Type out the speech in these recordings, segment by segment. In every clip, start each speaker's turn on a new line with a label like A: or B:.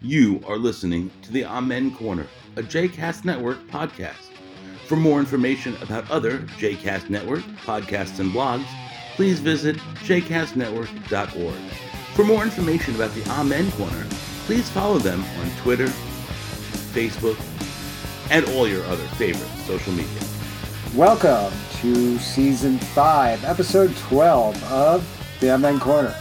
A: You are listening to the Amen Corner, a JCast Network podcast. For more information about other JCast Network podcasts and blogs, please visit jcastnetwork.org. For more information about the Amen Corner, please follow them on Twitter, Facebook, and all your other favorite social media.
B: Welcome to season five, episode 12 of The Unknown Corner.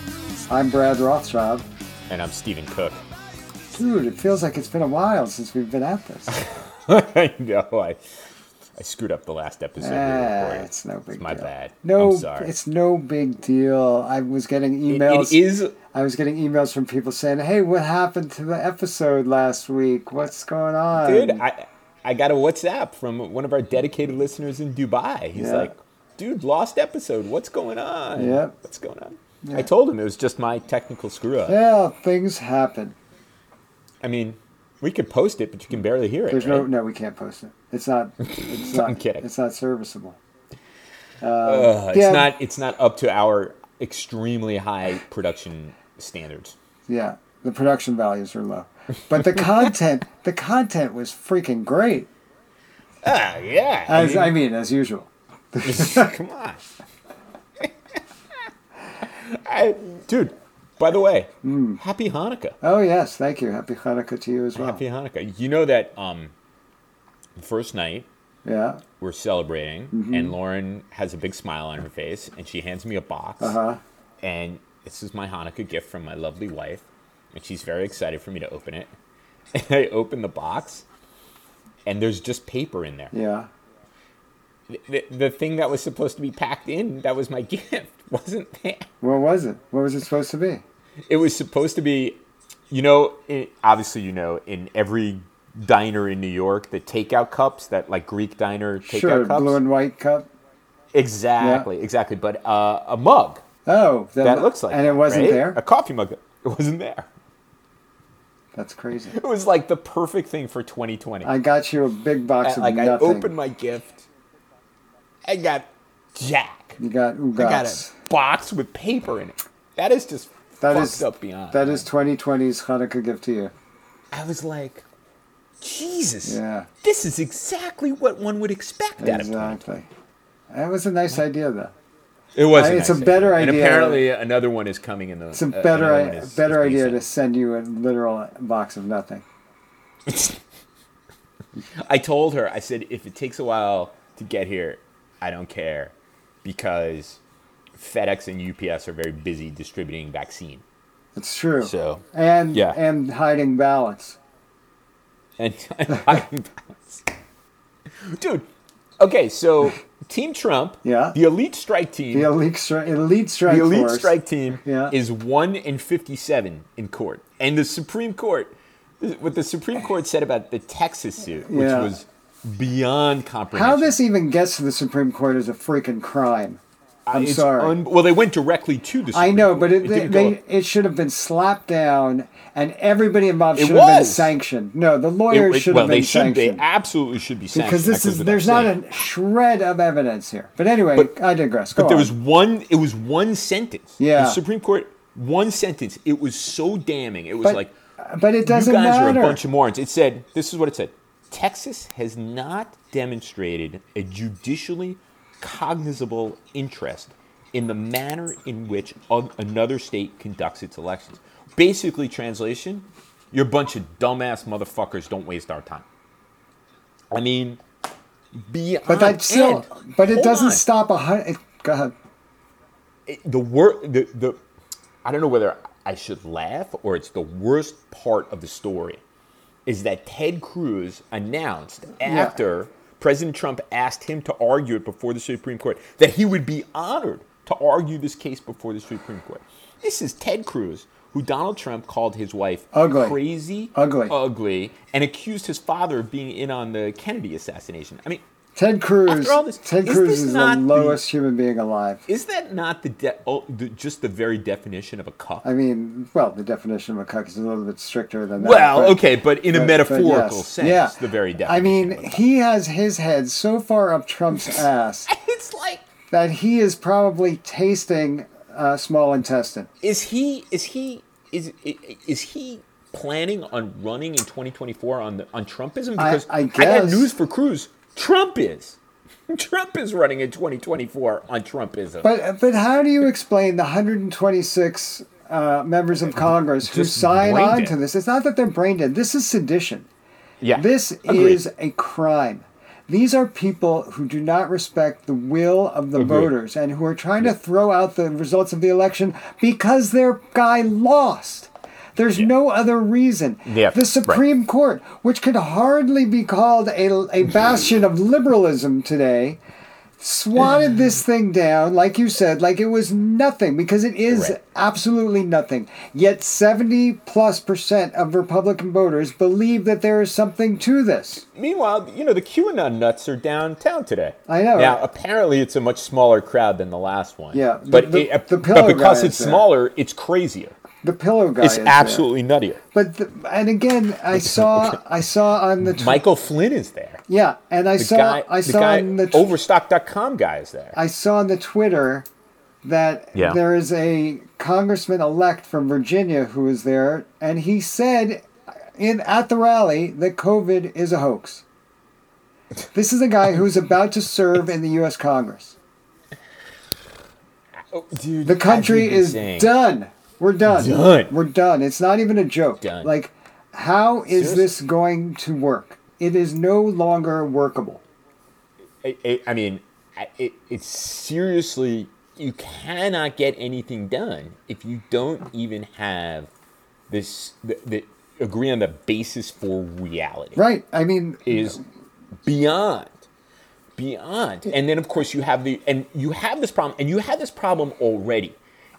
B: I'm Brad Rothschild.
C: And I'm Stephen Cook.
B: Dude, it feels like it's been a while since we've been at this.
C: I know I, I screwed up the last episode. we
B: Ah,
C: recorded.
B: it's no big
C: my
B: deal.
C: bad.
B: No,
C: I'm sorry.
B: it's no big deal. I was getting
C: It-
B: emails.
C: it is.
B: I was getting emails from people saying, "Hey, what happened to the episode last week? What's going on?"
C: Dude, I, I got a WhatsApp from one of our dedicated listeners in Dubai. He's
B: Yeah.
C: like, dude, lost episode. What's going on?
B: Yeah.
C: What's going on? I told him it was just my technical screw up.
B: yeah, things happen.
C: I mean, we could post it, but you can barely hear it.
B: There's no
C: right?
B: no. We can't post it. It's not. It's not.
C: kidding.
B: It's not serviceable.
C: Ugh,
B: yeah.
C: It's not. It's not up to our extremely high production standards.
B: Yeah, the production values are low, but the content the content was freaking great.
C: Ah, yeah. I
B: As
C: mean-
B: I mean, as usual.
C: Come on. I, dude, by the way,
B: Hmm.
C: happy Hanukkah.
B: Oh yes, thank you. Happy Hanukkah to you as well.
C: Happy Hanukkah. You know that um, the first night
B: Yeah.
C: we're celebrating,
B: Mm-hmm.
C: and Lauren has a big smile on her face, and she hands me a box.
B: Uh-huh.
C: And this is my Hanukkah gift from my lovely wife, and she's very excited for me to open it. And I open the box, and there's just paper in there.
B: Yeah.
C: The, the thing that was supposed to be packed in, that was my gift, wasn't there.
B: What was it? What was it supposed to be?
C: it was supposed to be you know it, obviously you know in every diner in new york the takeout cups that like greek diner takeout
B: sure,
C: cups
B: blue and white cup.
C: exactly exactly but uh, a mug
B: Oh, the-
C: that looks like
B: and
C: that,
B: it wasn't
C: right?
B: there.
C: a coffee mug that- it wasn't there
B: That's crazy.
C: it was like the perfect thing for 2020
B: I got you a big box of
C: Uh, like i
B: nothing.
C: opened my gift i got jack
B: you got
C: i got
B: ugats.
C: a box with paper in it that is just
B: That
C: fucked
B: is
C: up beyond
B: that is 2020's Hanukkah gift to you.
C: I was like, Jesus,
B: Yeah.
C: this is exactly what one would expect out of him.
B: Exactly. That was a nice idea, though.
C: It was.
B: I- it's a better idea.
C: And apparently, another one is coming in the. uh,
B: It's a better i- better idea to
C: to.
B: send you a literal box of nothing.
C: I told her. I said, if it takes a while to get here, I don't care, because FedEx and UPS are very busy distributing vaccine.
B: It's true.
C: So
B: and
C: yeah.
B: and hiding balance.
C: and I'm- dude. Okay, so Team Trump,
B: Yeah.
C: the elite strike team,
B: The elite strike. Elite strike.
C: The elite
B: force.
C: strike team
B: Yeah.
C: is one in fifty-seven in court, and the Supreme Court, what the Supreme Court said about the Texas suit, which
B: Yeah.
C: was beyond
B: How
C: comprehension.
B: this even gets to the Supreme Court is a freaking crime. I'm
C: Uh, It's
B: sorry.
C: un- well, they went directly to the.
B: I
C: Supreme
B: know,
C: Court.
B: but it, they,
C: didn't
B: they,
C: go-
B: it should have been slapped down, and everybody involved
C: It
B: should have been
C: was.
B: sanctioned. No, the lawyers
C: it- it-
B: should
C: well,
B: have been
C: they should. They
B: sanctioned
C: absolutely should be sanctioned
B: because this
C: that goes
B: is
C: without
B: there's not
C: saying.
B: a shred of evidence here. But anyway,
C: But-
B: I digress. Go
C: But there
B: on.
C: was one. It was one sentence.
B: Yeah.
C: The Supreme Court. One sentence. It was so damning. It was
B: but,
C: like
B: but it doesn't
C: you guys
B: matter.
C: are a bunch of morons. It said, this is what it said Texas has not demonstrated a judicially cognizable interest in the manner in which o- another state conducts its elections. Basically, translation, you're a bunch of dumbass motherfuckers, don't waste our time. I mean, beyond.
B: but that still,
C: and-
B: but it
C: hold
B: doesn't
C: on.
B: stop a hundred. Go ahead.
C: It- the wor- the, the I don't know whether I should laugh or it's the worst part of the story is that Ted Cruz announced after President Trump asked him to argue it before the Supreme Court that he would be honored to argue this case before the Supreme Court. This is Ted Cruz who Donald Trump called his wife
B: Ugly.
C: crazy,
B: Ugly.
C: ugly, and accused his father of being in on the Kennedy assassination. I mean,
B: Ted Cruz.
C: After all this-
B: Ted
C: is
B: Cruz
C: this
B: is the
C: not the-
B: lowest human being alive.
C: is that not the, de- oh, the just the very definition of a cuck?
B: I mean, well, the definition of a cuck is a little bit stricter than that.
C: Well,
B: but-
C: okay, but in a
B: but- but
C: metaphorical
B: yes.
C: sense,
B: yeah.
C: the very definition.
B: I mean,
C: of a-
B: he has his head so far up Trump's ass
C: it's like,
B: that he is probably tasting uh, small intestine.
C: is he, is he, is is he planning on running in 2024 on the, on Trumpism? Because
B: I
C: got
B: guess.
C: news for Cruz. Trump is. Trump is running in 2024 on Trumpism.
B: But but how do you explain the 126 uh, members of Congress who
C: Just
B: sign
C: brain
B: on
C: dead.
B: to this? It's not that they're brain dead. This is sedition.
C: yeah.
B: This
C: Agreed.
B: is a crime. These are people who do not respect the will of the voters and who are trying to throw out the results of the election because their guy lost. There's no other reason.
C: Yeah,
B: the
C: right.
B: Supreme Court, which could hardly be called a, a bastion of liberalism today, swatted this thing down, like you said, like it was nothing, because it is
C: Right.
B: absolutely nothing. Yet 70 plus percent of Republican voters believe that there is something to this.
C: Meanwhile, you know, the QAnon nuts are downtown today.
B: I know,
C: Now,
B: right?
C: apparently, it's a much smaller crowd than the last one.
B: Yeah,
C: But,
B: the-
C: it, uh,
B: the
C: but
B: pillow
C: because
B: guy
C: it's
B: is there.
C: smaller, it's crazier.
B: The pillow guy. is
C: It's
B: there.
C: absolutely nuttier.
B: But the, and again, I saw I saw on the tw-
C: Michael Flynn is there.
B: yeah, and I
C: The
B: saw
C: guy,
B: I
C: the
B: saw
C: guy,
B: on the tw-
C: Overstock.com guy is there.
B: I saw on the Twitter that
C: Yeah.
B: there is a congressman elect from Virginia who is there, and he said in at the rally that COVID is a hoax. This is a guy who's about to serve in the U.S. Congress.
C: Dude,
B: The country is done. We're done.
C: Done.
B: We're done. It's not even a joke.
C: Done.
B: Like, how is
C: Seriously?
B: this going to work? It is no longer workable.
C: I, I, I mean, I- it, it's seriously, you cannot get anything done if you don't even have this, the, the, agree on the basis for reality.
B: Right. I mean,
C: is beyond beyond and then of course you have the and you have this problem and you have this problem already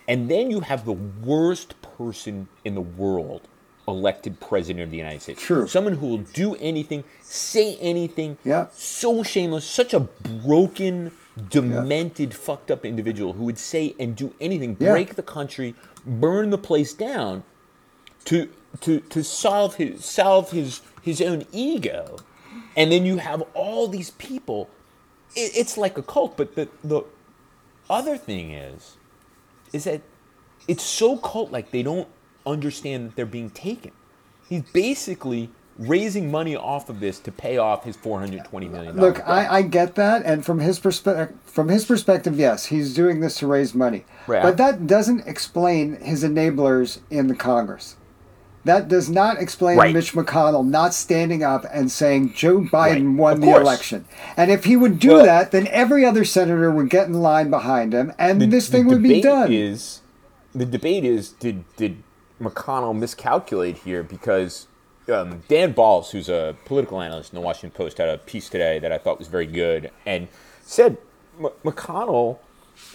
C: and then you have the worst person in the world elected president of the united states
B: True.
C: someone who will do anything say anything
B: Yeah.
C: so shameless such a broken demented fucked up individual who would say and do anything
B: Yeah.
C: break the country burn the place down to to to solve his solve his his own ego, and then you have all these people. It, it's like a cult. But the the other thing is, is that it's so cult like they don't understand that they're being taken. He's basically raising money off of this to pay off his four hundred twenty million.
B: Look, I, I get that, and from his perspective, from his perspective, yes, he's doing this to raise money.
C: Right.
B: But that doesn't explain his enablers in the Congress. That does not explain
C: Right.
B: Mitch McConnell not standing up and saying Joe Biden
C: Right.
B: won
C: Of
B: the
C: course.
B: election. And if he would do
C: Well-
B: that, then every other senator would get in line behind him, and this
C: the
B: thing would be
C: debate
B: done.
C: Is the debate is did did McConnell miscalculate here because um, Dan Balls, who's a political analyst in the Washington Post, had a piece today that I thought was very good and said M- McConnell,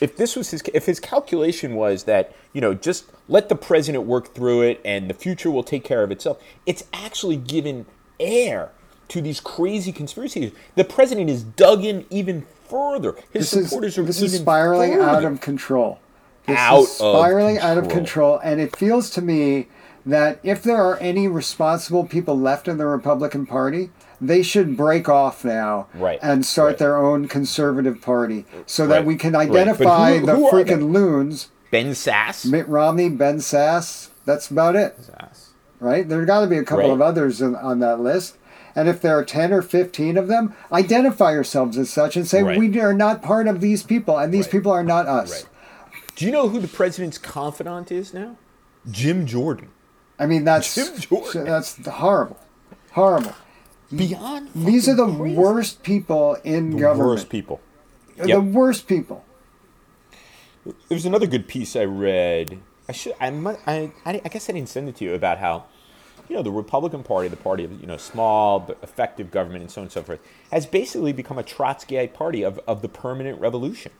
C: if this was his if his calculation was that you know just let the president work through it and the future will take care of itself, it's actually given air. To these crazy conspiracies, the president is dug in even further. His
B: this is
C: supporters are
B: this is
C: even
B: spiraling out
C: further.
B: of control. This
C: Out of
B: is spiraling out of control,
C: control.
B: and it feels to me that if there are any responsible people left in the Republican Party, they should break off now
C: Right,
B: and start
C: right.
B: their own conservative party, so that
C: Right,
B: we can
C: right. But
B: identify
C: who-
B: the
C: who are they?
B: freaking loons,
C: Ben Sass.
B: Mitt Romney, Ben Sass. That's about it,
C: Sass.
B: right? There got to be a couple
C: Right.
B: of others in, on that list. And if there are 10 or 15 of them, identify yourselves as such and say,
C: Right.
B: we are not part of these people, and these
C: Right.
B: people are not us.
C: Right. Do you know who the president's confidant is now? Jim Jordan.
B: I mean, that's
C: Jim Jordan.
B: that's horrible, horrible.
C: Beyond.
B: These are the
C: fucking crazy.
B: worst people in
C: The
B: government.
C: worst people.
B: They're
C: Yep.
B: The worst people.
C: There was another good piece I read. I should. I, mu- I, I. I guess I didn't send it to you about how, you know, the Republican Party, the party of you know small but effective government and so on and so forth, has basically become a Trotskyite party of, of the permanent revolution.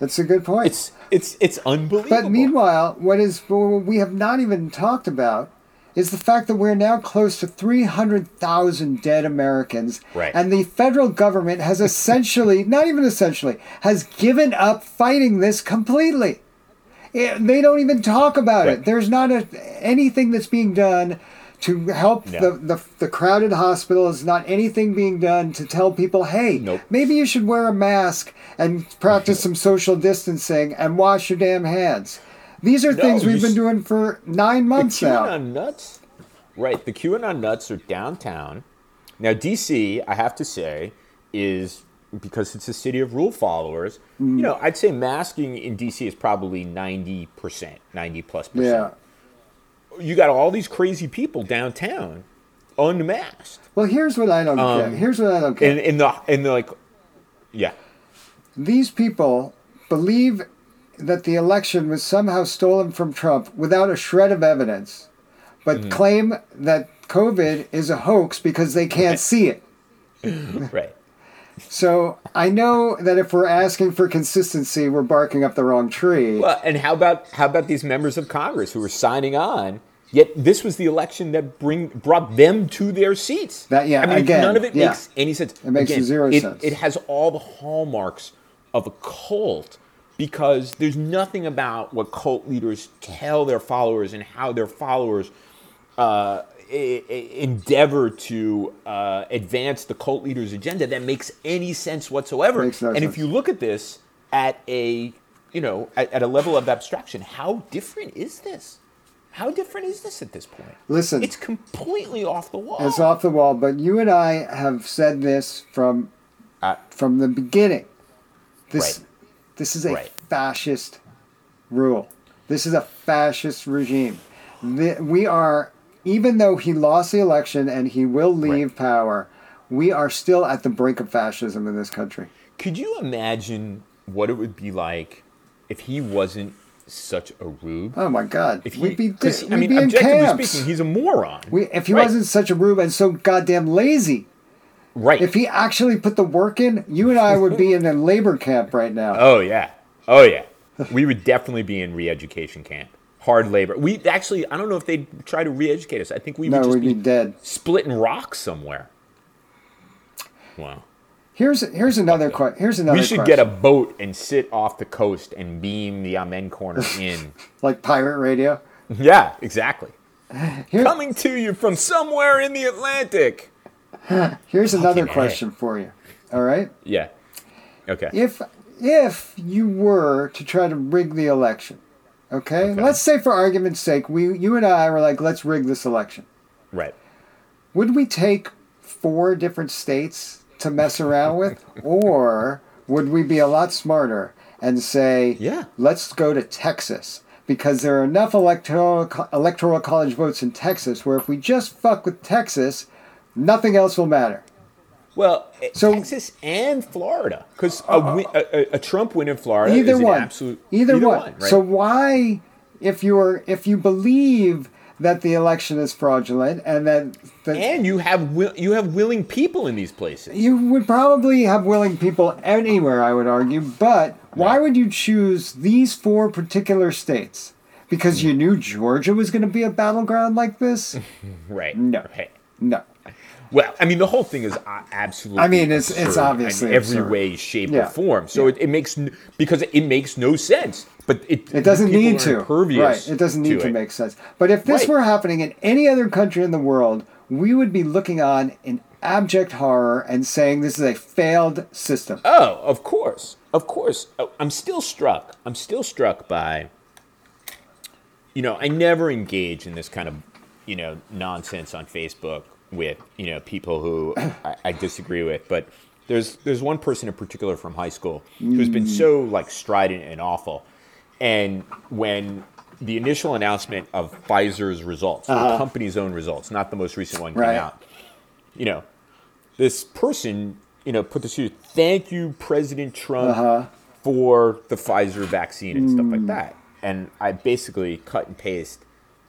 B: That's a good point.
C: It's it's it's unbelievable.
B: but meanwhile, what is what we have not even talked about is the fact that we're now close to 300,000 dead Americans.
C: Right.
B: And the federal government has essentially, not even essentially, has given up fighting this completely. It- they don't even talk about
C: Right.
B: it. There's not a, anything that's being done to help
C: No.
B: the, the, the crowded hospitals, not anything being done to tell people, hey,
C: Nope.
B: maybe you should wear a mask and practice some social distancing and wash your damn hands. These are
C: No,
B: things we've
C: you
B: been
C: s-
B: doing for nine
C: The
B: months now.
C: QAnon nuts Right. The QAnon nuts are downtown. Now, D.C., I have to say, is because it's a city of rule followers. You know, I'd say masking in D.C. is probably 90%, 90 plus
B: Yeah.
C: percent. You got all these crazy people downtown unmasked.
B: Well, here's what I don't get. Here's what I don't get.
C: Um, And, and, the, and the, like, yeah.
B: These people believe that the election was somehow stolen from Trump without a shred of evidence, but
C: Mm-hmm.
B: claim that COVID is a hoax because they can't see it.
C: Right.
B: So I know that if we're asking for consistency, we're barking up the wrong tree.
C: Well, and how about how about these members of Congress who are signing on? Yet this was the election that bring brought them to their seats.
B: That- yeah,
C: I mean,
B: again,
C: none of it
B: yeah.
C: makes any sense. It
B: makes zero
C: it,
B: sense.
C: It has all the hallmarks of a cult because there's nothing about what cult leaders tell their followers and how their followers uh, e- e- endeavor to uh, advance the cult leader's agenda that makes any sense whatsoever.
B: Makes no
C: and
B: sense.
C: if you look at this at a you know at, at a level of abstraction, how different is this? How different is this at this point?
B: Listen.
C: it's completely off the wall.
B: It's off the wall, but you and I have said this from
C: Uh,
B: from the beginning. This
C: Right.
B: this is a
C: Right.
B: fascist rule. This is a fascist regime. The- We are, even though he lost the election and he will leave power, we are still at the brink of fascism in this country.
C: Could you imagine what it would be like if he wasn't such a rube?
B: Oh my God!
C: If he,
B: we'd be,
C: 'cause,
B: we'd
C: I mean,
B: be in
C: objectively
B: camps.
C: speaking, he's a moron.
B: we, if he
C: Right,
B: wasn't such a rube and so goddamn lazy,
C: right,
B: if he actually put the work in, you and I would be in a labor camp right now.
C: Oh yeah. Oh yeah. We would definitely be in re-education camp. Hard labor. We actually I don't know if they'd try to re-educate us. I think we would
B: no,
C: just
B: we'd be
C: be,
B: dead.
C: splitting rocks somewhere. Wow.
B: Here's here's another question. Here's another.
C: we should
B: question.
C: get a boat and sit off the coast and beam the Amen corner in.
B: like pirate radio.
C: yeah, exactly.
B: Here-
C: Coming to you from somewhere in the Atlantic.
B: Here's another
C: A.
B: question for you. All right,
C: Yeah. Okay.
B: if if you were to try to rig the election, okay,
C: Okay.
B: let's say for argument's sake, we you and I were like, let's rig this election.
C: Right.
B: Would we take four different states to mess around with, or would we be a lot smarter and say,
C: Yeah.
B: let's go to Texas? Because there are enough electoral, co- electoral college votes in Texas where if we just fuck with Texas, nothing else will matter.
C: Well, eh,
B: So- Uh-huh.
C: Texas and Florida, because a, win- a, a- a Trump win in Florida
B: either
C: is an
B: one
C: absolute
B: either, one,
C: right?
B: so why if you're if you believe that the election is fraudulent and that that
C: and you have wi- you have willing people in these places.
B: you would probably have willing people anywhere i would argue but why would you choose these four particular states because you knew georgia was going to be a battleground like this
C: Right.
B: No.
C: Right.
B: no
C: Well, I mean, the whole thing is uh, absolutely.
B: I mean, it's- it's
C: absurd
B: obviously
C: in every
B: absurd.
C: way, shape,
B: Yeah.
C: or form. So it, it makes n- because it makes no sense. But it
B: It doesn't
C: people
B: need
C: are
B: to.
C: impervious
B: Right. It doesn't need to,
C: it.
B: make sense. But if this
C: Right.
B: were happening in any other country in the world, we would be looking on in abject horror and saying this is a failed system.
C: Oh, of course, of course. Oh, I'm still struck. I'm still struck by. You know, I never engage in this kind of, you know, nonsense on Facebook with you know people who I, I disagree with. But there's there's one person in particular from high school who's been so like strident and awful, and when. The initial announcement of Pfizer's results, the company's own results, not the most recent one, came
B: Right.
C: out. You know, this person, you know, put this here, thank you, President Trump,
B: Uh-huh.
C: for the Pfizer vaccine and stuff
B: Hmm.
C: like that. And I basically cut and paste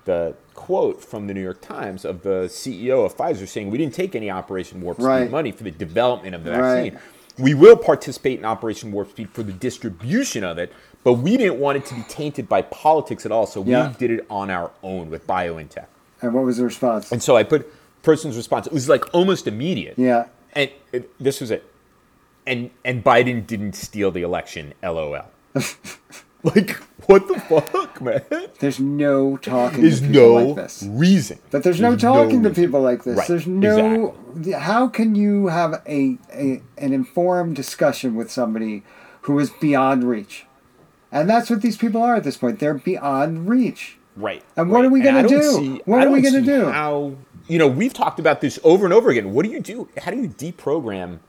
C: the quote from the New York Times of the CEO of Pfizer saying, We didn't take any Operation Warp Speed
B: Right.
C: money for the development of the
B: Right.
C: vaccine. We will participate in Operation Warp Speed for the distribution of it, but we didn't want it to be tainted by politics at all, so
B: Yeah.
C: we did it on our own with BioNTech.
B: And what was the response?
C: And so I put person's response. It was like almost immediate
B: Yeah.
C: and it, this was it. And and Biden didn't steal the election. LOL. like what the fuck, man?
B: There's no talking
C: There's
B: to people
C: no
B: like this.
C: reason.
B: That there's no talking to
C: reason.
B: people like this.
C: Right,
B: There's no how can you have a, a an informed discussion with somebody who is beyond reach? And that's what these people are at this point. They're beyond reach.
C: Right.
B: And what
C: right.
B: are we
C: And I
B: gonna
C: don't
B: do?
C: see-
B: What
C: I
B: are we
C: don't
B: gonna
C: see
B: do?
C: How you know we've talked about this over and over again. What do you do? How do you deprogram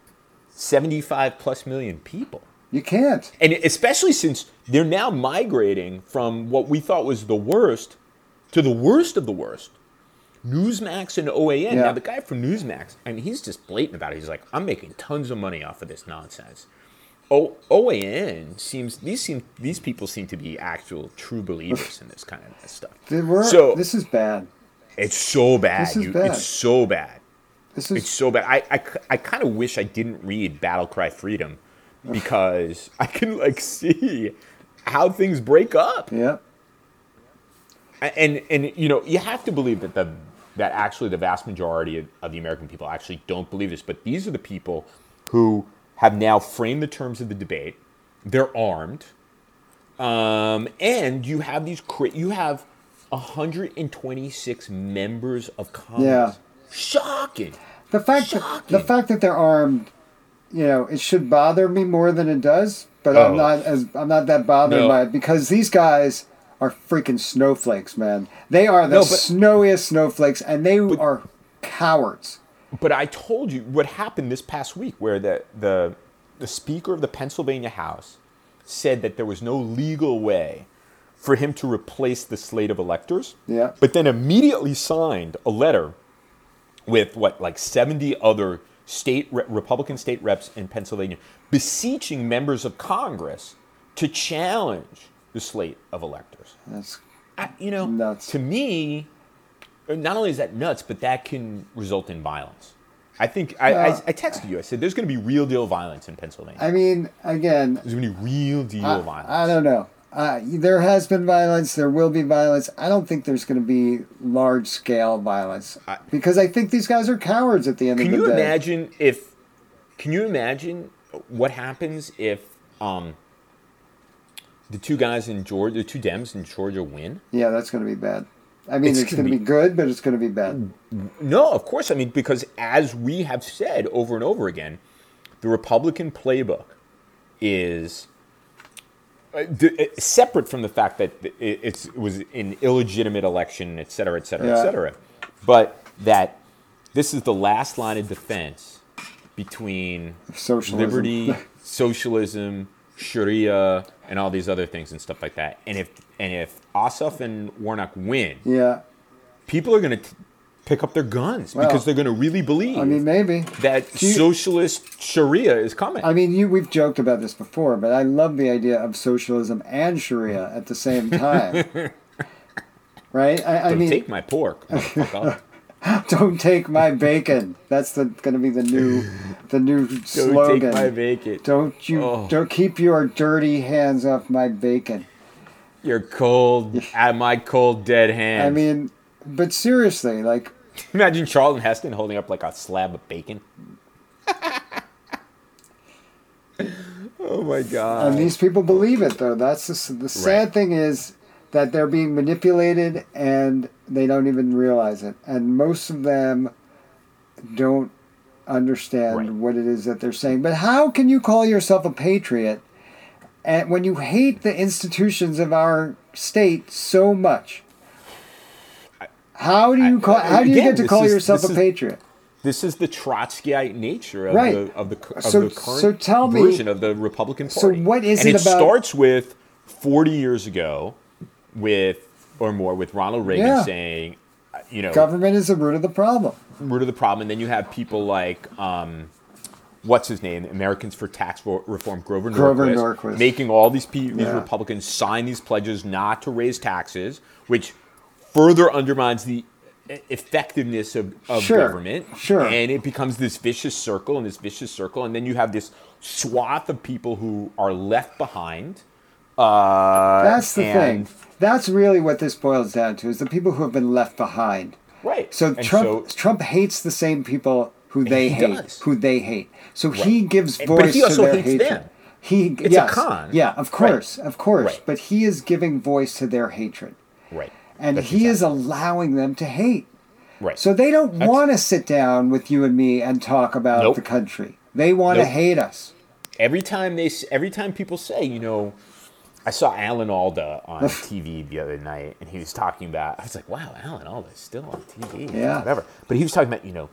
C: seventy-five plus million people?
B: You can't.
C: And especially since they're now migrating from what we thought was the worst to the worst of the worst. Newsmax and OAN.
B: Yeah.
C: Now the guy from Newsmax, I mean, he's just blatant about it. He's like, I'm making tons of money off of this nonsense. O- OAN seems these seem these people seem to be actual true believers in this kind of stuff.
B: They were-
C: so
B: this is bad.
C: it's so bad.
B: This is
C: you,
B: bad.
C: It's so bad.
B: This is
C: It's so bad. I, I, kind of wish I didn't read Battle Cry Freedom because I can like see how things break up.
B: yeah.
C: A- And and you know, you have to believe that the that actually the vast majority of, of the American people actually don't believe this, but these are the people who have now framed the terms of the debate. They're armed. Um, and you have these cra- you have 126 members of Congress.
B: Yeah.
C: Shocking.
B: The fact that, the
C: Shocking.
B: fact that they're armed, you know, it should bother me more than it does. But I'm
C: Oh.
B: not as I'm not that bothered
C: No.
B: by it because these guys are freaking snowflakes, man. They are the
C: No, but-
B: snowiest snowflakes, and they are cowards.
C: But I told you what happened this past week, where the, the, the Speaker of the Pennsylvania House said that there was no legal way for him to replace the slate of electors.
B: Yeah.
C: But then immediately signed a letter with what, like 70 other state re- Republican state reps in Pennsylvania beseeching members of Congress to challenge the slate of electors.
B: That's
C: I, you know,
B: Nuts.
C: to me, not only is that nuts, but that can result in violence. I think I, I,
B: Yeah.
C: I texted you. I said there's going to be real deal violence in Pennsylvania.
B: Uh, I mean, again,
C: there's going to be real deal violence.
B: I don't know. Uh, there has been violence. There will be violence. I don't think there's going to be large scale violence because I think these guys are cowards at the end
C: can
B: of the
C: you
B: day.
C: imagine if? Can you imagine what happens if um, the two guys in Georgia, the two Dems in Georgia, win?
B: Yeah, that's going to be bad. I mean, it's,
C: It's
B: going
C: gonna
B: to be,
C: be-
B: good, but it's going to be bad.
C: No, of course. I mean, because as we have said over and over again, the Republican playbook is uh, the, uh, separate from the fact that it, it's, it was an illegitimate election, et cetera, et cetera,
B: Yeah.
C: et cetera. But that this is the last line of defense between
B: Socialism.
C: liberty, socialism, Sharia, and all these other things and stuff like that. And if and if Ossoff and Warnock win,
B: Yeah.
C: people are going to pick up their guns
B: Well,
C: because they're going to really believe
B: I mean, maybe.
C: that
B: Do you-
C: socialist Sharia is coming.
B: I mean, you. We've joked about this before, but I love the idea of socialism and Sharia at the same time. right? I, I
C: Don't
B: mean,
C: take my pork. motherfucker.
B: don't take my bacon. That's the going to be the new, the new
C: Don't
B: slogan.
C: take my bacon.
B: Don't you?
C: Oh.
B: Don't keep your dirty hands off my bacon.
C: You're cold out of my cold dead hands.
B: I mean, but seriously, like
C: imagine Charlton Heston holding up like a slab of bacon. oh my god.
B: And Uh, these people believe it, though. That's the, the sad
C: Right.
B: thing is that they're being manipulated and they don't even realize it. And most of them don't understand
C: Right.
B: what it is that they're saying. But how can you call yourself a patriot and when you hate the institutions of our state so much? How do you call? How do you
C: again,
B: get to
C: this
B: call
C: is-
B: yourself a
C: this is-
B: patriot?
C: This is the Trotskyite nature of
B: Right.
C: the of the, of
B: So-
C: the
B: so
C: current
B: tell me-
C: version of the Republican
B: So
C: Party.
B: what is
C: and
B: it
C: it
B: about-
C: starts with 40 years ago, with or more, with Ronald Reagan
B: Yeah.
C: saying, uh, you know,
B: Government is the root of the problem.
C: root of the problem, and then you have people like. Um, What's his name? Americans for Tax Ro- Reform, Grover,
B: Grover
C: Norquist,
B: Norquist.
C: making all these, pe- these
B: Yeah.
C: Republicans sign these pledges not to raise taxes, which further undermines the e- effectiveness of, of
B: Sure,
C: government.
B: sure.
C: And it becomes this vicious circle and this vicious circle. And then you have this swath of people who are left behind. Uh,
B: That's the
C: and-
B: thing. That's really what this boils down to: is the people who have been left behind.
C: Right.
B: So
C: And
B: Trump Trump hates the same people who they
C: He
B: hate,
C: does.
B: who they hate. So he gives
C: And-
B: voice
C: but he also
B: to their
C: hates
B: hatred.
C: them.
B: He
C: a
B: yes.
C: con.
B: Yeah, of
C: Right.
B: course, of course.
C: Right.
B: But he is giving voice to their hatred,
C: Right.
B: and
C: That's
B: he is
C: exactly-
B: allowing them to hate.
C: Right.
B: So they don't want to sit down with you and me and talk about
C: Nope.
B: the country. They want to
C: Nope.
B: hate us.
C: every time they s- every time people say you know I saw Alan Alda on TV the other night, and he was talking about. I was like, "Wow, Alan Alda's still on TV,
B: Yeah.
C: whatever." But he was talking about, you know,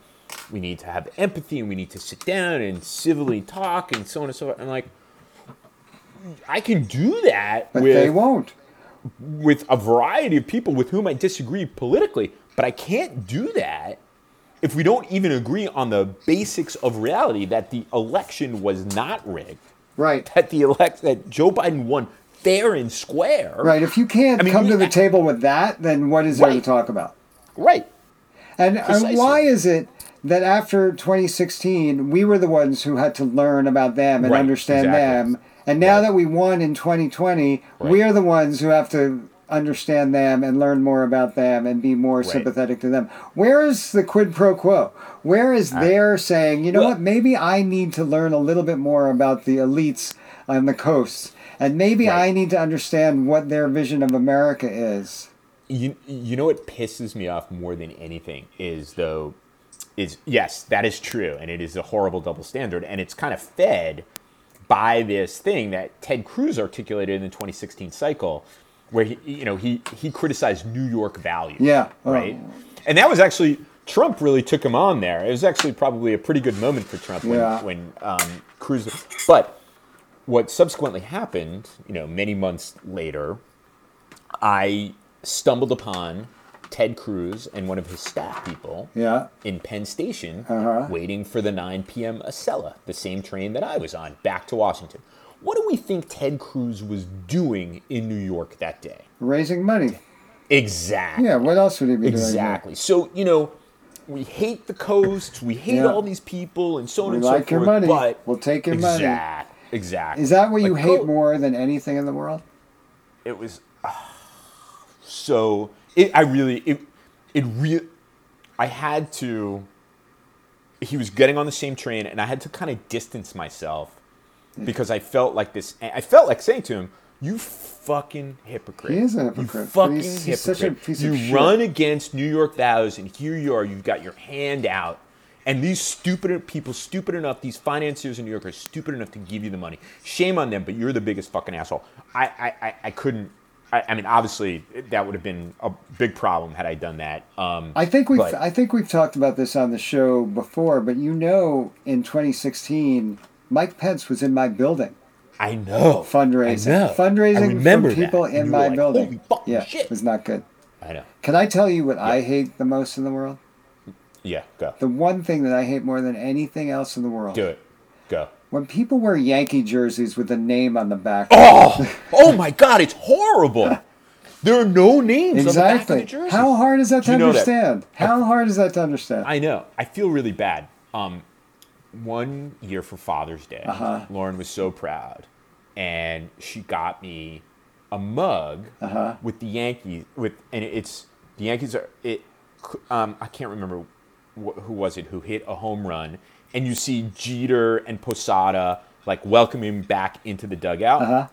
C: we need to have empathy, and we need to sit down and civilly talk, and so on and so forth. I'm like, I can do that
B: But
C: with
B: they won't.
C: with a variety of people with whom I disagree politically, but I can't do that if we don't even agree on the basics of reality that the election was not rigged,
B: Right.
C: that the elect that Joe Biden won fair and square.
B: Right. If you can't
C: I mean,
B: come
C: we-
B: to the table with that, then what is there to
C: Right.
B: talk about?
C: Right.
B: And, and
C: Precisely.
B: why is it that after 2016, we were the ones who had to learn about them and
C: Right,
B: understand
C: exactly.
B: them? And now that we won in 2020, we
C: Right.
B: are the ones who have to understand them and learn more about them and be more sympathetic to them. Where is the quid pro quo? Where is their saying, you know
C: well-
B: what, maybe I need to learn a little bit more about the elites on the coasts, and maybe
C: Right.
B: I need to understand what their vision of America is?
C: you you know what pisses me off more than anything is though is yes that is true and it is a horrible double standard and it's kind of fed by this thing that Ted Cruz articulated in the 2016 cycle where he you know he he criticized New York values
B: Yeah. Oh.
C: right and that was actually Trump really took him on there it was actually probably a pretty good moment for Trump when
B: Yeah.
C: when um, Cruz but what subsequently happened you know many months later I stumbled upon Ted Cruz and one of his staff people
B: Yeah. Uh-huh.
C: in Penn Station waiting for the 9 p.m. Acela, the same train that I was on, back to Washington. What do we think Ted Cruz was doing in New York that day?
B: Raising money.
C: Exactly.
B: Yeah, what else would he be doing?
C: Exactly. So, you know, we hate the coast, we hate
B: Yeah.
C: all these people, and so on
B: We
C: and so
B: like
C: forth.
B: your money.
C: But
B: we'll take your
C: exact,
B: money.
C: Exactly.
B: Is that what you
C: Like, oh
B: hate
C: go-
B: more than anything in the world?
C: it was ah, so it, i really it it really i had to he was getting on the same train and i had to kind of distance myself
B: Hmm.
C: because i felt like this i felt like saying to him you fucking hypocrite
B: He is a
C: you
B: hypocrite, but
C: fucking
B: he's- he's
C: hypocrite
B: such a piece
C: you
B: of shit."
C: run against new york values and here you are you've got your hand out and these stupid people stupid enough these financiers in new york are stupid enough to give you the money shame on them but you're the biggest fucking asshole i i i, I couldn't I, I mean obviously that would have been a big problem had i done that um
B: I think we've
C: Right.
B: I think we've talked about this on the show before, but you know, in 2016, Mike Pence was in my building
C: i know
B: fundraising,
C: I know. I
B: fundraising
C: remember
B: from
C: that.
B: people
C: And
B: in
C: you
B: my
C: were like,
B: building.
C: holy fucking
B: yeah,
C: shit.
B: it was not good.
C: i know
B: Can I tell you what I hate the most in the world?
C: yeah go
B: The one thing that I hate more than anything else in the world.
C: do it go
B: When people wear Yankee jerseys with a name on the back.
C: oh oh my god it's horrible there are no names on the
B: exactly.
C: back of the jersey.
B: How hard is that to
C: You know that.
B: understand? How hard is that to understand?
C: Uh, I know. I feel really bad. Um, one year for Father's Day, Lauren was so proud, and she got me a mug with the Yankees. With and it's the Yankees are it. Um, I can't remember wh- who was it who hit a home run, and you see Jeter and Posada like welcoming back into the dugout
B: Uh-huh.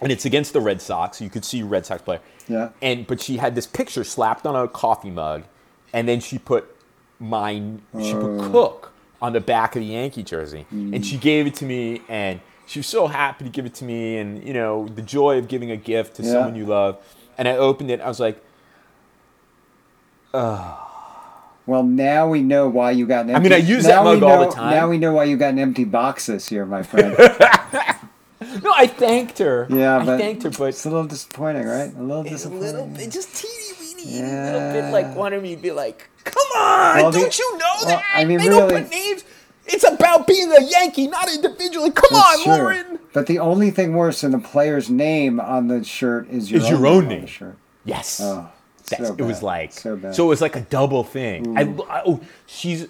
C: and it's against the Red Sox. You could see Red Sox player.
B: Yeah.
C: And but she had this picture slapped on a coffee mug, and then she put mine. She
B: Oh.
C: put Cook on the back of the Yankee jersey, and
B: Mm.
C: she gave it to me, and she was so happy to give it to me, and you know the joy of giving a gift to
B: Yeah.
C: someone you love. And I opened it. I was like,
B: Well, now we know why you got an
C: mean,
B: empty.
C: I use
B: now
C: that
B: we
C: mug all
B: know-
C: the time.
B: Now we know why you got an empty box this year, my friend.
C: no, I thanked her.
B: Yeah, but
C: I thanked her, but
B: it's a little disappointing, right? A little
C: a
B: disappointing.
C: little bit, just teeny weeny,
B: Yeah.
C: little bit like wanted me to be like, come on,
B: Well, the-
C: don't you know
B: well,
C: that?
B: I mean,
C: they
B: really-
C: don't put names. It's about being a Yankee, not individually. Come
B: That's
C: on,
B: true.
C: Lauren.
B: But the only thing worse than the player's name on the shirt is your
C: Is
B: own
C: your own
B: on the
C: name.
B: shirt.
C: Yes.
B: Oh,
C: That's,
B: so
C: it was
B: bad.
C: like
B: So
C: so,
B: bad.
C: it was like a double thing. I, lo- I- oh, she's.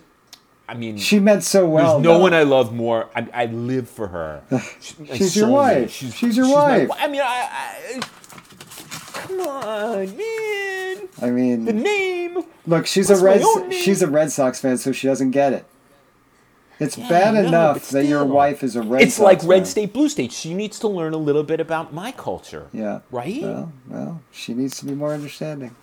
C: I mean,
B: She meant so well.
C: There's no
B: though.
C: one I love more. I, I live for her. She- my
B: She's your
C: soulmate.
B: wife. She's your
C: my
B: wife.
C: wi- I mean, I, I. Come on, man.
B: I mean,
C: The name.
B: look, she's a
C: What's my
B: Red.
C: own name?
B: She's a Red Sox fan, so she doesn't get it. It's
C: Yeah,
B: bad
C: I know,
B: enough
C: but
B: that your
C: still.
B: wife is a Red.
C: It's
B: Sox
C: like
B: fan.
C: red state, blue state. She needs to learn a little bit about my culture.
B: Yeah.
C: Right?
B: Well, well, she needs to be more understanding.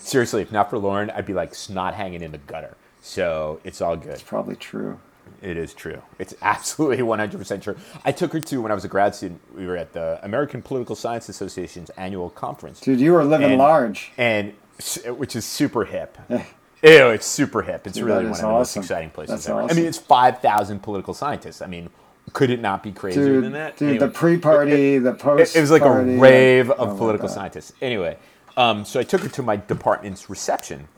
C: Seriously, if not for Lauren, I'd be like snot hanging in the gutter. So it's all good.
B: Probably true.
C: It is true. It's absolutely 100% true. I took her to when I was a grad student. We were at the American Political Science Association's annual conference.
B: Dude, you are living
C: And-
B: large.
C: and s- which is super hip. Ew, it's super hip. It's
B: Dude, that
C: really one
B: is
C: of the most
B: awesome.
C: exciting places
B: That's
C: ever. I
B: awesome.
C: mean, it's five thousand political scientists. I mean, could it not be crazier
B: Dude,
C: than that?
B: dude
C: Anyway,
B: the pre-party, the
C: it,
B: post.
C: it was like a
B: party,
C: rave
B: oh
C: of
B: my
C: political
B: God.
C: scientists. Anyway, um, so I took her to my department's reception,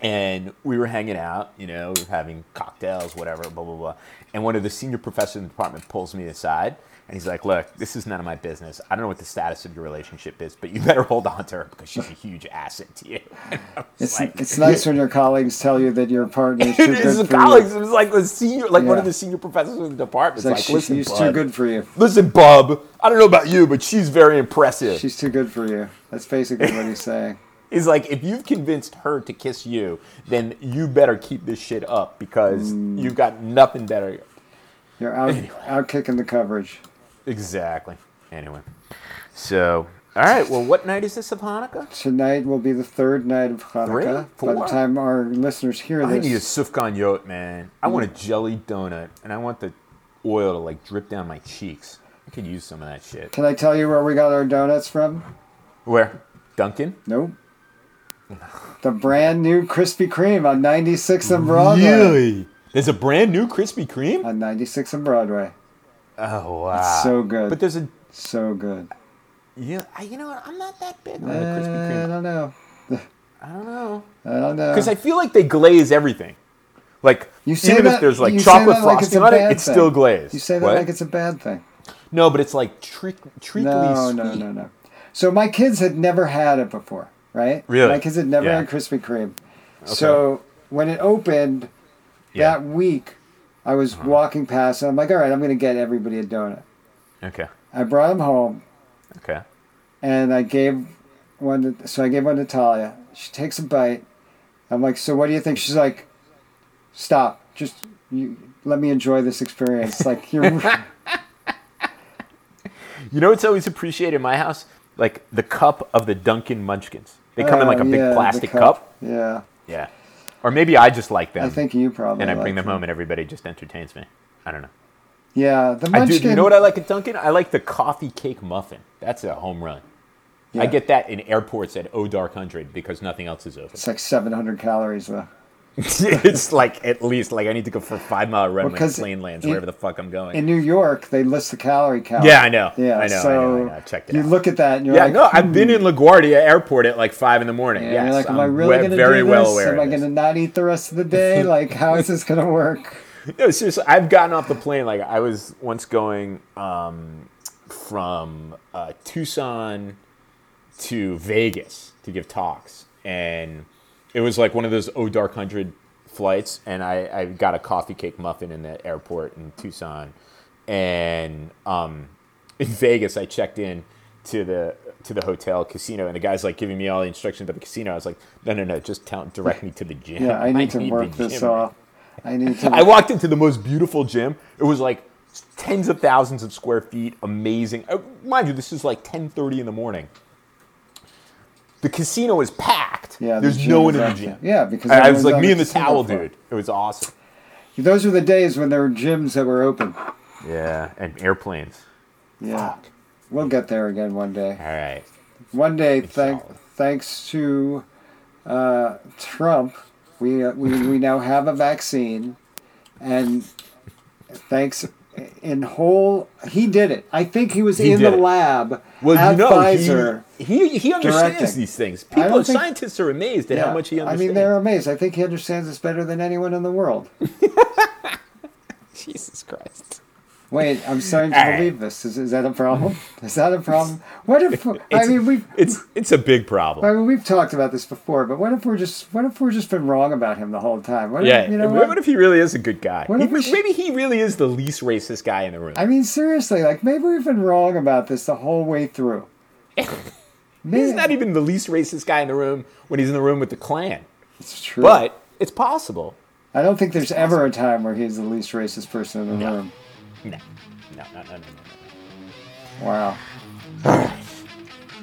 C: and we were hanging out. You know, we were having cocktails, whatever, blah blah blah. And one of the senior professors in the department pulls me aside. And he's like, "Look, this is none of my business. I don't know what the status of your relationship is, but you better hold on to her because she's a huge asset to you." And I was
B: It's,
C: like-
B: it's nice when your colleagues tell you that your partner is too
C: Dude, it's
B: good
C: the
B: for
C: colleagues.
B: you.
C: It was like the senior, like one
B: Yeah.
C: of the senior professors in the department.
B: It's
C: like,
B: like, she-
C: listen,
B: she's too
C: bub.
B: good for you.
C: Listen, bub. I don't know about you, but she's very impressive.
B: She's too good for you. That's basically what he's saying.
C: He's like, if you've convinced her to kiss you, then you better keep this shit up because you've got nothing better.
B: You're out, out kicking the coverage.
C: Exactly. Anyway, so all right. Well, what night is this of Hanukkah?
B: Tonight will be the third night of Hanukkah.
C: Three?
B: By the
C: Four?
B: time our listeners hear
C: I need a
B: this,
C: sufgan yot, man. I want a jelly donut, and I want the oil to like drip down my cheeks. I could use some of that shit.
B: can I tell you where we got our donuts from?
C: Where? Duncan?
B: Nope. The brand new Krispy Kreme on 96th and Broadway.
C: There's a brand new Krispy Kreme?
B: On 96th and Broadway.
C: Oh wow.
B: so good.
C: But there's a
B: So good.
C: yeah, I, you know what? I'm not that big on the
B: Eh, I
C: Krispy Kreme.
B: don't know.
C: I don't know.
B: I don't know.
C: Because I feel like they glaze everything. Like
B: You say
C: even if
B: that-
C: there's like
B: you say
C: chocolate
B: that like it's
C: frosting
B: a
C: on it,
B: bad
C: it's
B: thing.
C: still glazed.
B: you say that
C: What?
B: like it's a bad thing.
C: no, but it's like treat treacly
B: No,
C: sweet.
B: no, no, no. So my kids had never had it before, right?
C: Really?
B: My kids had never
C: Yeah.
B: had Krispy Kreme. So when it opened
C: Yeah. Uh-huh.
B: that week, I was walking past and I'm like, all right, I'm going to get everybody a donut.
C: Okay.
B: I brought them home
C: Okay.
B: and I gave one. To, so I gave one to Talia. She takes a bite. I'm like, so what do you think? She's like, stop. Just you, let me enjoy this experience. Like you're.
C: You know what's always appreciated in my house? Like the cup of the Dunkin' Munchkins. They come in like a
B: Oh,
C: big
B: yeah, the
C: plastic cup.
B: Yeah,
C: Yeah. Or maybe I just like them.
B: I think you probably.
C: and I bring
B: like
C: them home, and everybody just entertains me. I don't know.
B: Yeah, the
C: I do.
B: munchkin.
C: You know what I like at Dunkin'? I like the coffee cake muffin. That's a home run.
B: Yeah.
C: I get that in airports at O Dark Hundred because nothing else is open.
B: It's like 700 calories though.
C: it's like at least like I need to go for a five mile run when a
B: 'cause
C: plane lands
B: in-
C: wherever the fuck I'm going.
B: In New York, they list the calorie count.
C: yeah, I know.
B: Yeah,
C: I know. I know,
B: so
C: I know. I checked it
B: you
C: out.
B: look at that and you're
C: yeah,
B: like,
C: no, I've been in LaGuardia Airport at like five in the morning.
B: Yeah,
C: yes,
B: you're like, am
C: I'm
B: I really
C: we-
B: going to
C: very
B: do this?
C: well aware.
B: Am I
C: of
B: going to
C: this.
B: not eat the rest of the day? Like, how is this going to work?
C: No, seriously, I've gotten off the plane. Like I was once going um, from uh, Tucson to Vegas to give talks, and it was like one of those O Dark Hundred flights, and I, I got a coffee cake muffin in the airport in Tucson, and um, in Vegas I checked in to the to the hotel casino, and the guy's like giving me all the instructions about the casino. I was like, no, no, no, just tell, direct me to the gym.
B: Yeah, I need to work
C: the
B: this
C: gym."
B: off. I need to.
C: I walked into the most beautiful gym. It was like tens of thousands of square feet, amazing. Uh, Mind you, this is like 10:30 in the morning. The casino is packed.
B: yeah, the
C: there's
B: gym
C: no one
B: is
C: in the
B: active.
C: gym.
B: Yeah, because
C: I- I was
B: everyone's
C: like
B: on
C: me and the
B: casino
C: towel
B: floor.
C: dude. It was awesome.
B: Those were the days when there were gyms that were open.
C: Yeah, and airplanes.
B: Yeah, we'll get there again one day.
C: All right.
B: One day, thank,
C: solid.
B: thanks to uh, Trump, we, uh, we we now have a vaccine, and thanks in whole he did it. I think he was
C: He
B: in
C: did
B: the
C: it.
B: lab
C: Well,
B: at
C: you know,
B: Pfizer.
C: he, he, he understands
B: directing.
C: these things.
B: don't
C: People,
B: think-
C: scientists are amazed at
B: Yeah,
C: how much he understands.
B: I mean, they're amazed. I think he understands this better than anyone in the world.
C: Jesus Christ.
B: Wait, I'm starting
C: All
B: to
C: right.
B: believe this. Is, is that a problem? Is that a problem? What if I
C: It's-
B: mean we?
C: It's it's a big problem.
B: I mean, we've talked about this before, but what if we're just what if we're just been wrong about him the whole time? What
C: Yeah.
B: if, you know
C: what,
B: what?
C: if he really is a good guy?
B: What
C: He-
B: if we sh-
C: maybe he really is the least racist guy in the room.
B: I mean, seriously, like maybe we've been wrong about this the whole way through.
C: he's
B: Man,
C: not even the least racist guy in the room when he's in the room with the Klan.
B: it's true.
C: But it's possible.
B: I don't think there's ever a time where he's the least racist person in the
C: No.
B: room.
C: No. No, no, no, no, no, no.
B: Wow.
C: All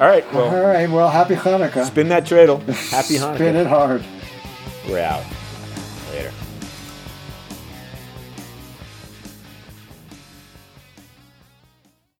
C: right. Well,
B: All right. Well, happy Hanukkah.
C: spin that dreidel. Happy
B: Uh-huh. Spin
C: Hanukkah.
B: it hard.
C: We're out.